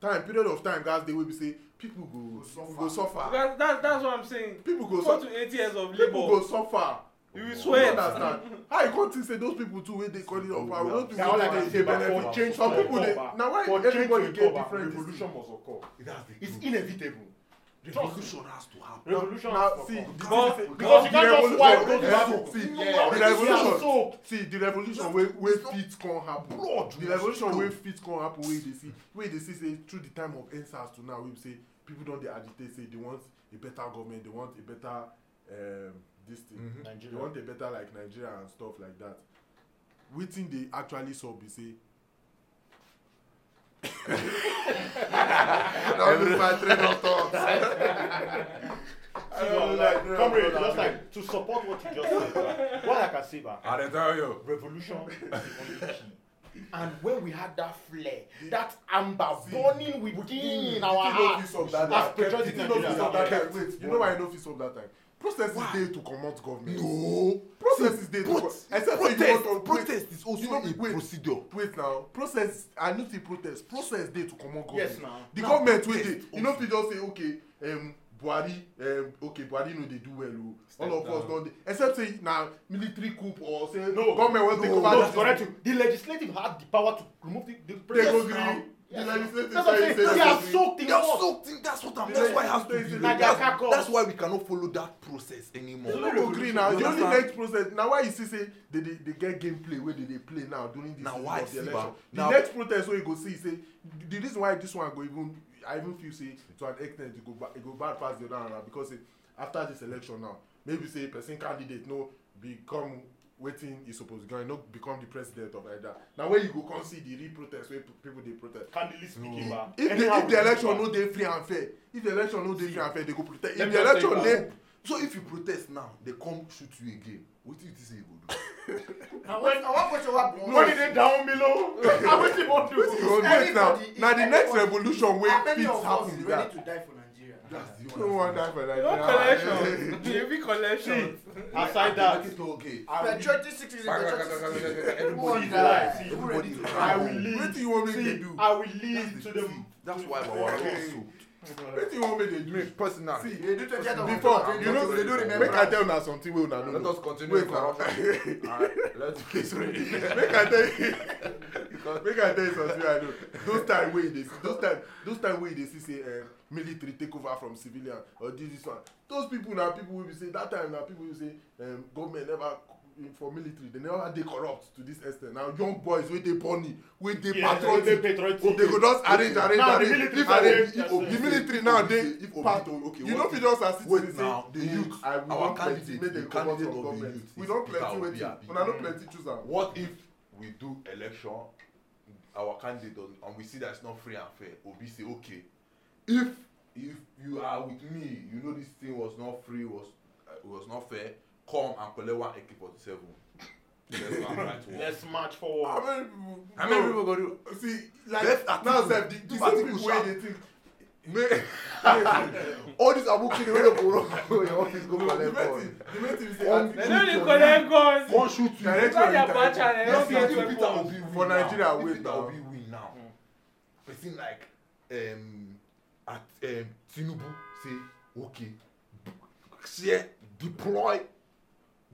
time period of time gats dey wey be say people go Go suffer. go suffer That, that, that's what I'm saying. people go Four suffer to eight years of people go labor. suffer You will you sweat. understand how you come think say those people too wey dey calling up power those Now, people like too I dey say, dey but benefit for change some to people dey recover, na why for change everybody to get recover, different revolution must occur. That's the It's truth. inevitable. Revolution has to happen. Revolution Now, must see, the occur. Because- thing is- because the you can't just revolution- wipe those eh, battles. see, Yeah. the Yeah. revolution- So- see, the revolution wey wey fit come happen Blood the must revolution flow. wey fit come happen wey dey see wey dey see say through the time of endsars to now wey be say people don dey agitate say they want a better government they want a better um, this thing mm -hmm. they Nigeria. want a better like nigeria and stuff like that wetin dey actually eh? sup be say I don lose my train of thought. See, well, Uh, like, comrade, just like to support what you just said, right? what I can say, man, I dey tell you. revolution is the only key. And when we had that flare, that amber burning within our hearts, as patriotic You know, Nigerians, we kept- Wait, you know why I no fit solve that time? Process is Why? there to comot government. No. Process is there to Pro- co- Except for you protest- want to- wait, protest is also Oh, you know, a wait. procedure. Wait now, process, I no fit protest. Process dey to comot government. Yes, now. The Now, government wey protest dey, you no fit just say, okay, um, buhari um, okay buhari no dey do well o Step all of us down. don dey except say na military coup or say No, government wan take no, over that's correct. you. The legislative had the power to remove the, the they president. go gree the Yes. legislative That's what I'm say saying. They are gree. soaked in They are us. soaked in that's what I'm that's why it has to be Like like their that's, cackle. that's why we cannot follow that process anymore. no go gree na You the only understand? next process na why you see say they dey dey get game play wey they dey play now during this Na season why of the see, election ba. the Na- next protest wey you go see say the reason why this one go even i even feel say to an extent e go ba e go bad pass the other one na because say after this election now maybe say person candidate no become wetin e suppose become e no become the president of naija na where you go come see the real protest wey pe- people dey protest Candidly speaking, if no. the if the election no dey free and fair if the election no dey free and fair they go protest if Let the me just tell you election dey So if you protest now, they come shoot you again. What do you think say you go do? na one na one question wa blow. Money dey down below. I wish it won't do. Yo, next now, Everybody- na the next everybody- revolution wey how many fit of us happen is be ready that. to die for nigeria. That's the No one one. die for Your Nigeria. collection. Baby collection. Aside Make that, it okay. patriotic citizen patriotic citizen who wan is die alive. who ready to I die. will leave. Wetin you want make they do? I will leave That's to the the. truth. That's why we are also Wetin you want make they do? personal. See, dey do twenty eight of Before, october you know, dey do make I remembrance. tell una something wey una no Let know. us continue with corruption. Alright, Let's please Make I tell you, make I tell you something wey I know. Those time wey you dey see, those time, those time wey you dey see say uh, military take over from civilian or this this one. Those people na people wey be say that time na people wey be say um, government never c- for military they never dey corrupt to this extent. Now young boys wey dey bonny, wey dey Yeah, patriotic, patriotic. they go just arrange arrange Now the arrange military arrange arrange, that's it. the military now dey If Obi- part okay, you no what fit if- just assist wait me say now, the the youth youth, i we our don plenty candidate, make dem the comot candidate from of the government youth we is don Peter plenty Obi wetin Abi. una no plenty choose am What if we do election, our candidate, don- and we see that it's not free and fair? Obi say, okay, if if you are with me, you know this thing was not free, was uh, was not fair. Come and collect one AK forty-seven. Let's go and fight war. Let's march forward. how many people How many people go do? see like Let's now article. sef the the Do same article people wey sharp. dey think All these abuki dey wey dey go run go your office go no the collect main gun. thing the main thing be say One article They don't shoot dey collect guns. you. Come shoot you. Direct Why their Direct- bacha dey Yes, help yes, get if Peter weapons? Eh, Obi win For now, Nigeria, if wait Peter now. Obi win now. Hmm. Person like um, at um, Tinubu say, okay, b- share, deploy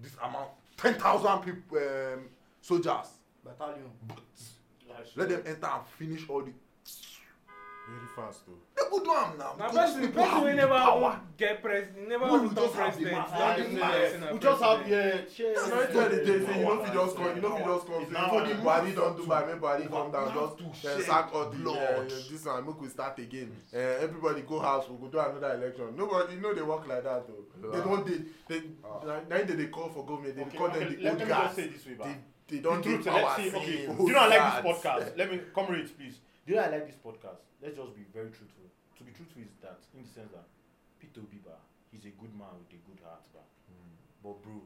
this amount, ten thousand people, um, soldiers. battalion. But let them enter and finish all the. very fast o. They go do am now. Na because person, people person wey have the never power. wan get president, never We wan will become just have the president. mass- now we dey just know have- election na We just have president. yeah. share- na wetin i dey tell you say you no fit just come you no fit just come It's say now for and the now. buhari don do by make buhari come We have down to just shed eh, sack all the eh, blood. this one make we start again eh, everybody go house we go do another election nobody you know dey work like that o they don dey they na na im dey dey call for government they dey Ah. Okay, call okay, them the old let- let me just guys say this way, ba. they they The don dey truth, eh, let's power see. Okay, since do you know I like this Old guards. podcast? Let me come read, please. Do you know I like this podcast? Let's just be very truthful. To be truthful is that, in the sense that Peter Biba, he's a good man with a good heart, ba. Hmm. But bro,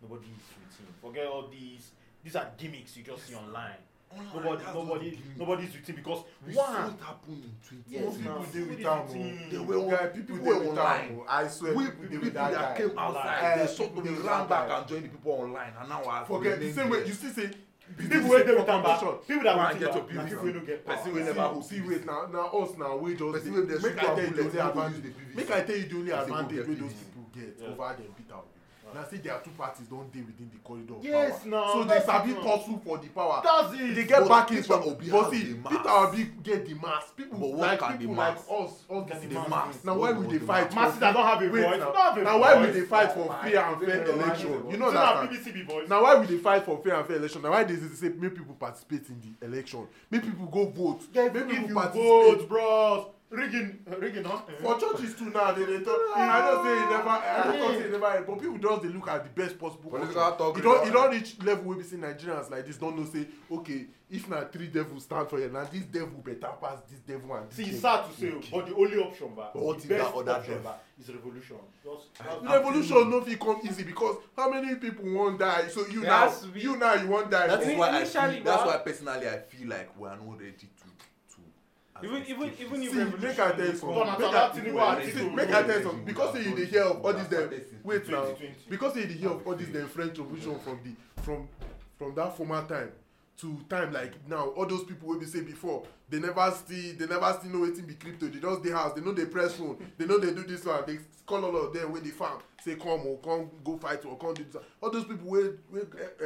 nobody is with him. Forget all these. These are gimmicks you just see online. Online, Nobody, Oh, that's what nobody, they give me. nobody's with him because We saw one. it happen in Yes, people now. twenty. dey with Who am dey with o him? They were guy on- people people dey were with online. am o i swear we people dey people, with that that came guy outside Eh, they saw people they dey with ran that back guy. and join the people online and now as forget the same way you see say People wey dey with am, ba. People that Go are and with him, ba, get na your PVC. people wey no get power. Person wey never hold see wait na na us na wey just Person dey wey dey make shoot i am tell you the only advantage bullet, no go use the PVC. make i tell you the only Person go advantage get wey those PVC. people get Yeah. over dem peter obi na say their two parties don dey within the corridor of Yes, power now, so they that's sabi it now. tussle for the power That's they it. get But backing Peter from Obi but has see the mass. peter obi get the mass But people what like can the people like mass? us us Can dey the the mass? mass na why What we can dey the fight mass? for Masses that don't have a wait voice. now don't have a na why we voice. dey fight for fair and fair Don't have a election you voice. no Still have understand BBC boys. na why we dey fight for fair and fair election na why they dey say make people participate in the election make people go vote Yeah, make if you people vote, participate bros. Rigging, uh, rigging, huh? for churches too now they dey talk i don say e never i don talk say e never help but people just dey look at the best possible Political option talk e don is- e don reach level wey be say nigerians like this don know say okay if na three devils stand for here na this devil better pass this devil and this See, it's devil. sad to say, okay. but the only option, ba, But what the if best that other option, death? ba, is revolution. Just, The revolution no fit come easy because how many people wan die so you There now has to be- you now you wan die that is for why i Initially, feel that's ba. why personally i feel like we are not ready to to as Even- even- a state. even if see make i tell you Turn something out make to that i Tinubu I See, article, think make we i will tell you do something it. because say you dey hear of all these dem wait now 2020. because say you dey hear of all these dem french revolution from the from from that former time to time like now all those people wey be say before they never still they never still know wetin be crypto they just dey house they no dey press phone they no dey do this one they call all of them wey dey farm say come o come go fight or come do this one all those people wey wey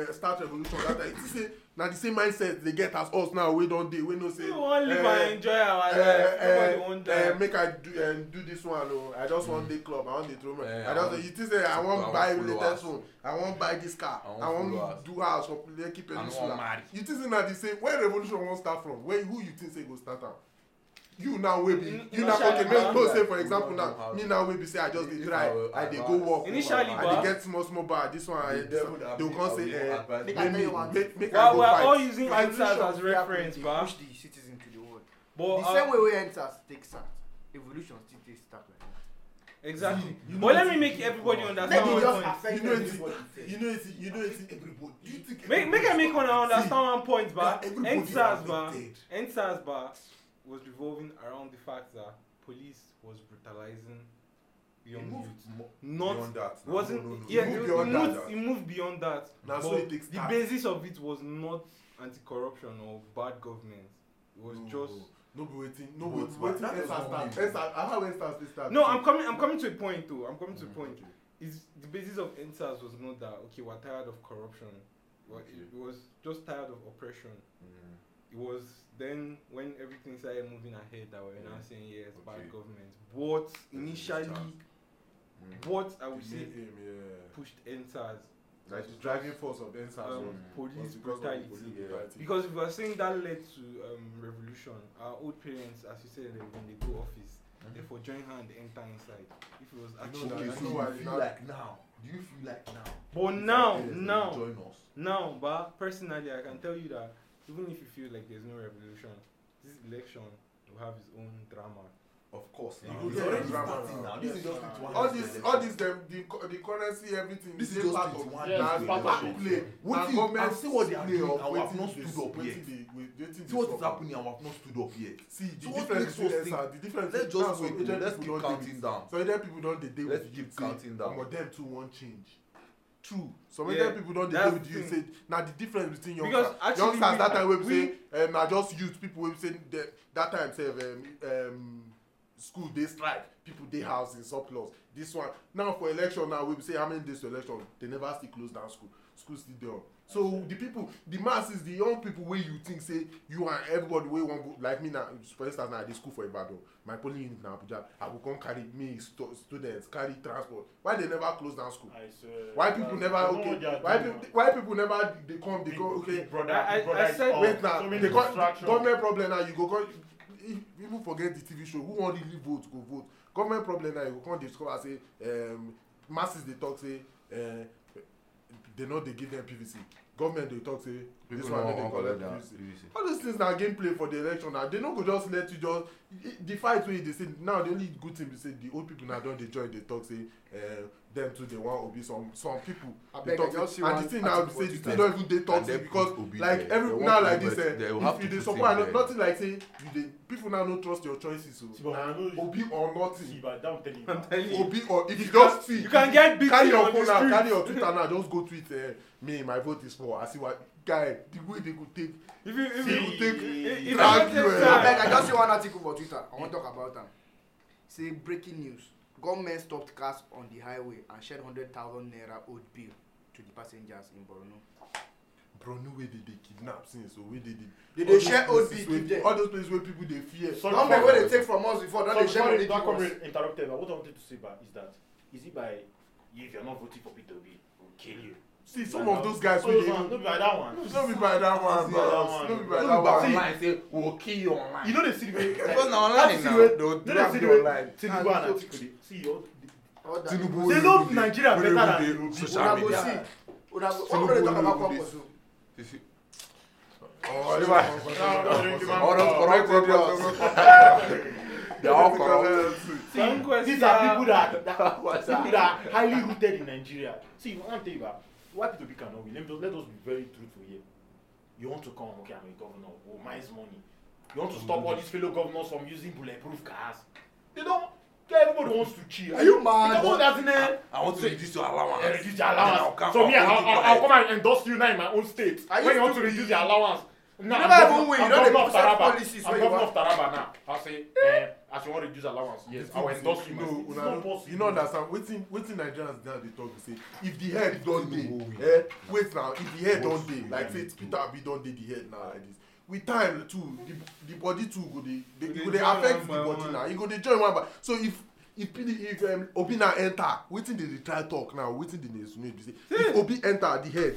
uh, start revolution that time you see say na the same mindset they get as us now wey don dey wey know say we wan live eh, and enjoy our Eh, life nobody eh, wan eh, die make i do, eh, do this one oh. i just want the club i want the throw Eh, i I just want- you think say i I wan want buy followers. latest phone i wan buy this car I want i wan followers. do house for lekki wan peninsula marry. you think say na the same where revolution wan start from where who you think say go start am you now wey be Mm, you now initially, okay make ba- no say for You example wan now do me now wey be say i just dey If try I were i dey go advice- work Initially, i ba- dey get small small bar this one i The dey devil that go make come us say go eh, advise make people. me make make we i are go we are all fight using answers as free happening, reference they ba push the citizens to the world but the same uh, way wey enters takes start evolution still takes start like that. exactly but let me make everybody understand Make it one just point affect you know it everybody. you know it you know it everybody do you think make make i make una understand one point ba That everybody endsars ba affected. endsars ba was revolving around the fact that police was brutalizing young moved youth not that wasn't no, no, no. yeah It it, moved it beyond moved, that. it moved beyond that Na so but it takes the time. basis of it was not anti-corruption or bad governance it was just no be wetin no But- be wetin but wetin that ensa was one start way. ensa i how ensa dey start. no i'm coming i'm coming to a point though i'm coming to a Mm, Mm-hmm. point is the basis of endsars was not that okay we're tired of corruption Well, it- Okay. it was just tired of oppression Mm. it was then when everything started moving ahead that we were Mm-hmm. now saying yes Okay. bad government but initially what i would The say main aim, yeah. pushed endsars like the driving force of ensa was um, was because of police the brutality police yeah. brutality. Because if we are saying that led to um, revolution, our old parents, as you said, they- when they go office, therefore join hand, enter inside. If it was know, Mm-hmm. you know, actually, so do you I- feel like now do you feel like now but now, Yes, they now, join us now, but personally, I can tell you that even if you feel like there's no revolution, this election will have its own drama. of course You now. go it's get already drama starting now. now this is just Yes. with one all hand this election. all this dem the cu- the currency everything This dey is just part of with one na hand na election. play Wetin- na and government see what they are play doing of and we have wetin not dey stood up wetin yet. dey wetin dey see what is sup. happening and we have not stood up yet see the So what difference makes us between think- ensa the difference let's between just some wait oh, agent let's people keep don dey counting down some agent people don dey dey Let's with you keep say counting down. omo dem too wan change true some Yeah, yeah, people don dey that's dey with you the say na the difference between Because youngsters actually youngsters we- that time wey be we- say um, na just youth people wey be say de, that time sef um, um, school dey strike people dey house in surplus this one now for election now wey be say how many days to election they never still close down school school still dey on so the people the masses the young people wey you think say you and everybody wey wan go like me na for instance na i dey school for ibadan my polling unit na abuja i go come carry me stu students carry transport why they never close down school I swear. why people never I don't know what they okay are why doing. people why people never dey come dey Big- go okay big brother, I- I- big brother I is said- all. wait na Oh, So many dey come distractions. government problem na you go come if people forget the tv show who wan really vote go vote government problem na you go come discover say um, masses dey talk say uh, they no dey give them pvc government dey talk say this one no dey collect pvc all those things na game play for the election na they no go just let you just i- the fight wey you dey say now the only good thing be say the old people na don dey join dey talk say um, dem too dey wan obi some some people dey abeg i talk just say see and one the thing now be say the thing don even dey toxic because like every now like this eh if you dey support and nothing like say you dey people now no trust your choices See, o but I know- na obi or See, nothing but that will tell you. I'm telling you, obi or if you can't- just see you can get beaten carry your on the phone now carry street. your twitter now just go tweet eh, me my vote is for asiwa guy the way they go take If you if See, you you take- if you you don't argue, eh. take abeg time, i just see one article for twitter i wan talk about am say breaking news gunmen stopped cars on the highway and shared hundred thousand naira old bill to the passengers in borno. Bronu wey dey dey kidnap since o wey dey dey. They dey share old places bill wey- give them. All those places wey people dey fear. Sorry, gunmen wey dey take from us before don dey Sorry, share money sorry, give that us. comrade interrupted, but what I wanted to say ba, is that is it by if you're not voting for P2B, we'll kill you. See some of those guys wey Oh, dey. man, No be like that one. No be by that one, bros. No be by that But one. online say we will kill you online. You know the see the way. Because na that online see now. the way- They you will know the drag see you the way online. Tinubu Ah, and Atiku dey- see, all- All that- Tinubu They love Nigeria better than Obi. social una go media. see una go one Tinubu wey dey talk wey about go dey- purpose o. You see- Oh, they All those Oh, corrupt idiots. They are all corrupt. Some These are people question- that, that people that are highly rooted in Nigeria. See, I want to tell you about why P2P cannot win. Let, me, let us be very truthful here. You want to come, okay, I'm a governor, oh, mine's money. You want to stop all these fellow governors from using bulletproof cars. They don't, Yeah, everybody wants to chill. Are you Come on, mad? that's in there. I want to reduce your allowance. And reduce your Then I'll allowance. come- so I'll me, I'll, come to I'll, Dubai. I'll come and endorse you now in my own state. Are you when you want to stupid? reduce your allowance. Now, You I'm never governor- even win. I'm You don't governor dey of present Taraba. policies I'm where you governor want. of Taraba now. I'll say, eh, as you want to reduce allowance, yes, I will endorse you. in my no state. It's una not no possible. you no understand wetin wetin nigerians now dey talk be say if the head don dey eh wait now if the head don dey like say peter abi don dey the head now like this with time too the the body too go dey dey Go e go dey dey join affect one the by body one. now e go dey join one by so if if P- if um, obi na enter wetin dey dey try talk now wetin dey dey resonate be say if obi enter the head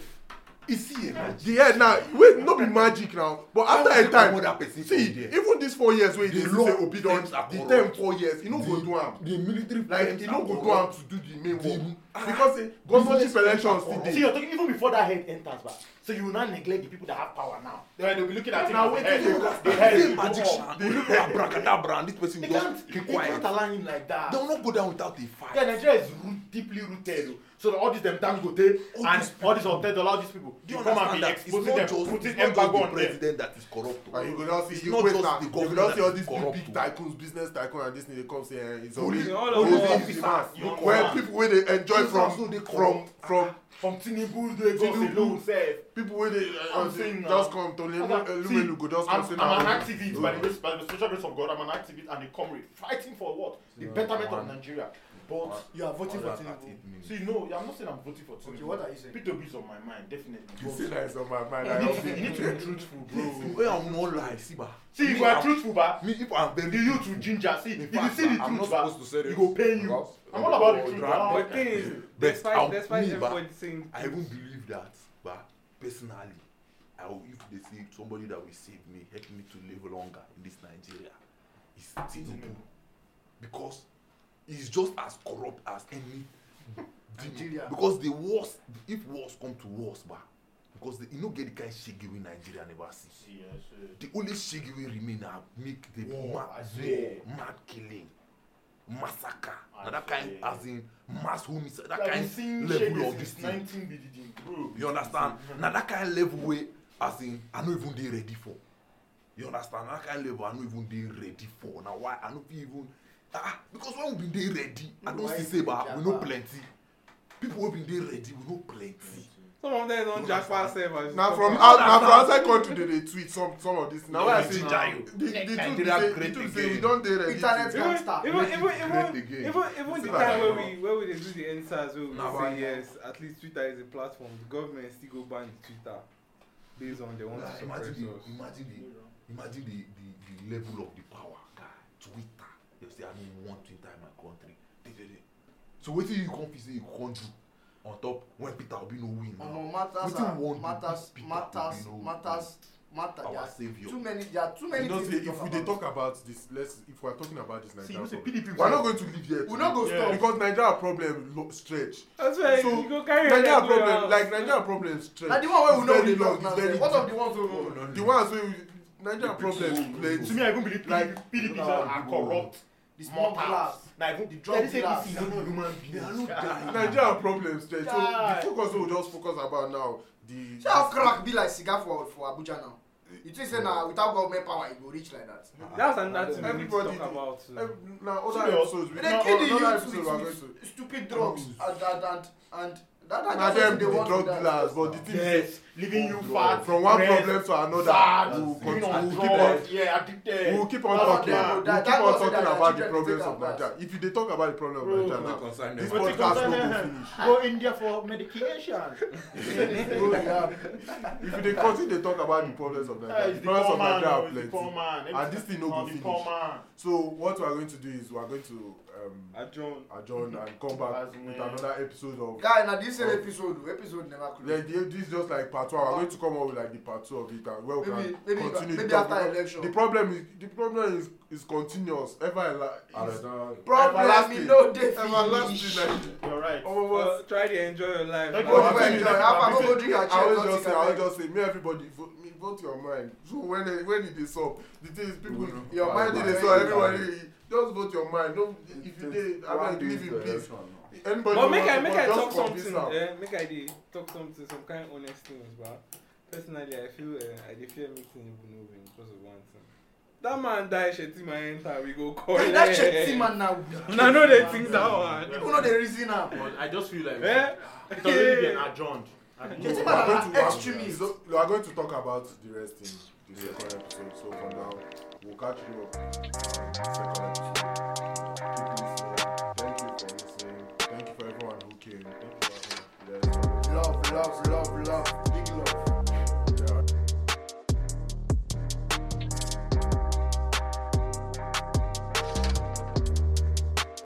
e see the head now wait no be magic now but after a would they promote that time person see from there? even this four years wey e The dey see law say obi don claims are the corrupt. term four years e no go do am the military like friends he no are go do am corrupt. to do the main The- work because eh, governorship election still See, dey you're talking even before that head enters, but so you will not neglect the people that have power now. They'll, they'll be looking at it Now, as wait the head. till you The understand. head They will go magician. up. They look at abracadabra and this person They just can't, keep they can't quiet. allow him like that. They will not go down without a fight. Yeah, Nigeria is root, deeply rooted. oh. So all these them Dangote All and these all these hotel, all these people, Do you you come and understand be that? It's exposing them, not just, putting it's not just embargo the on them. president that is corrupt. oh. and you go don It's see you not wait just now the you go governor don that see all is these big corrupt big o. tycoons business tycoon and this thing dey come say eh it's Police- always all of police them. is the man You know, when man. people wey dey enjoy These from ones no dey from corrupt. from From Tinubu, Lagos eh. Tinubu. alone, sef. people wey dey I'm uh, saying now. just come to Other- lumelu go just come I'm, say I'm na an only- activist by the, grace, by the special grace of God. I'm an activist and a comrade fighting for what? The betterment of Nigeria. But you are voting for That's at Tinubu. it means. See, no, I'm not saying I'm voting for Tinubu. Okay, what are you saying? P2B is on my mind, definitely. you see na it's on my mind i You don need, to, you need see to be truthful, bro. Wey I'm no lie, see ba. See, if Me, you are I'm- truthful, ba, Me, if I'm the very youth will ginger. See, In if you fact, see the I'm truth, not ba, supposed to say it this will pay you. because- I'm all about the Or truth. drag ah. back. But thing is, But I'll despite, despite leave, ah. everybody saying, I even believe that, but personally, I will, if they say somebody that will save me, help me to live longer in this Nigeria, is Tinubu, because he's just as corrupt as any. Nigeria. Because the worst, if worst come to worst, but because the, you know get the kind shege wey Nigeria never see. See, yes, eh. The only shege wey remain na make the War, mad I swear. mad killing, massacre, I na that kind swear. as in mass homicide, that Like, we've seen kind Shege level of since this thing. 19 BDD, bro. You understand? Na that kind level wey as in I no even dey ready for. You understand? Na that kind level I no even dey ready for. Na why I no fit even ah because when we bin dey ready, I don Why see you say ba japa? we no plenty. People wey bin dey ready we no plenty. some of them don japa sef as na you from out talk na from outside country dey dey tweet some some of this na No, why i they say ginger you. the the Nigeria truth be say the great truth be say we again. don dey ready Internet to about- gangster. even even Great even again. even even It's the like- time where we where we dey do the endsars wey we Nah, say but- yes at least twitter is a platform the government still go ban twitter based on they want to Like, suppress us. imagine the imagine the imagine the the the level of the power guy twitter dem say i no want twitter in my country dey dey dey so wetin you come feel say you come do Oh, on top when peter obi no win now Omo, matters Wetin are- we wan do matters- if Peter matters- Obi no matters- matter. our There are E saviour. too many- there are too many you know things say to if talk we dey about. talk about this let's if we are talking about this See, you nigeria know, say problem PDP we are not going to leave here We no go today stop. because nigeria problem lo stretch that's why So, you go carry your Nigeria leg go your problem, house. like Nigeria problem straight. Na the one wey we It's know very dey talk long, now. it's very Oh, What of deep. the ones wey we know? The ones wey we- Nigeria people problem who- plenty. To me, I even believe Like, like, um, PDP no, are no. corrupt. The small Mortals. class. Now, even the There drug is a class. dealers, they are not human They are beings. no die. Nigeria problem straight. So the Guy. focus wey we just focus about now, the. See how crack be like cigar for for Abuja now. You think say na without government power e go reach like that? that's another thing we need to Everybody talk do. about Eh, too. Na other Serious. episodes. They na no, kill the other youth episodes we are going with, to. with stupid drugs and and and, and that Na that that's them what they the want drug to do. dealers but the thing is Yes, leaving you Oh, fat, from one depressed, problem to sad, another we will you know, continue. We will keep on drugs, yeah, addicted. we will keep on That's talking we what they will do. That- keep on that's what talking their about the children problems take of advice. Nigeria if you dey talk about the problem of Bro, Nigeria no now concern this But them. it podcast no go concern them. finish. Go India for medication. Oh, yeah. if you dey continue dey talk about the problems of Yeah, nigeria the it's the poor problems of man, oh, it's the nigeria poor plenty man. And this thing no Oh, go the poor finish. man. so what we are going to do is we are going to um, adjourn adjourn and come back As with well. another episode of Guy, na this Oh. same episode o, episode never close. like the, this is just like part one we are going to come up with like the part two of it and where we Maybe- can maybe- continue maybe the talk after because election. the problem is the problem is is continuous ever And like I don- Problem e everlasting no dey everlasting finish. like You're right. omo what uh, try dey enjoy your life Thank No, you. the Well, thing is, well, like, Alpha, the go thing- drink and I chill, always don't just say, think I always about just say, may everybody vote, me vote your mind. So when it- when it is up, the thing is people, No, no. your Why- mind it why- is up. Everybody just vote your mind. Don't if you did, I One mean, day leave is in the peace. election now. Bon, Anybody but who Bon, make i wants to make vote, i just talk convince something am. eh make i dey talk something some kind eh, honest things ba personally i feel uh, i dey fear make tinubu no win because of one thing That man die, Shetima enter, we go call Hey, that shit man now. No, no, they think that one. People know the reason now. But I just feel like Eh? it already been adjourned. Adjourned. It's we about are going an to have- extremist. so- we are going to talk about the rest in the second episode. So for now, we'll catch you up. uh, Second episode.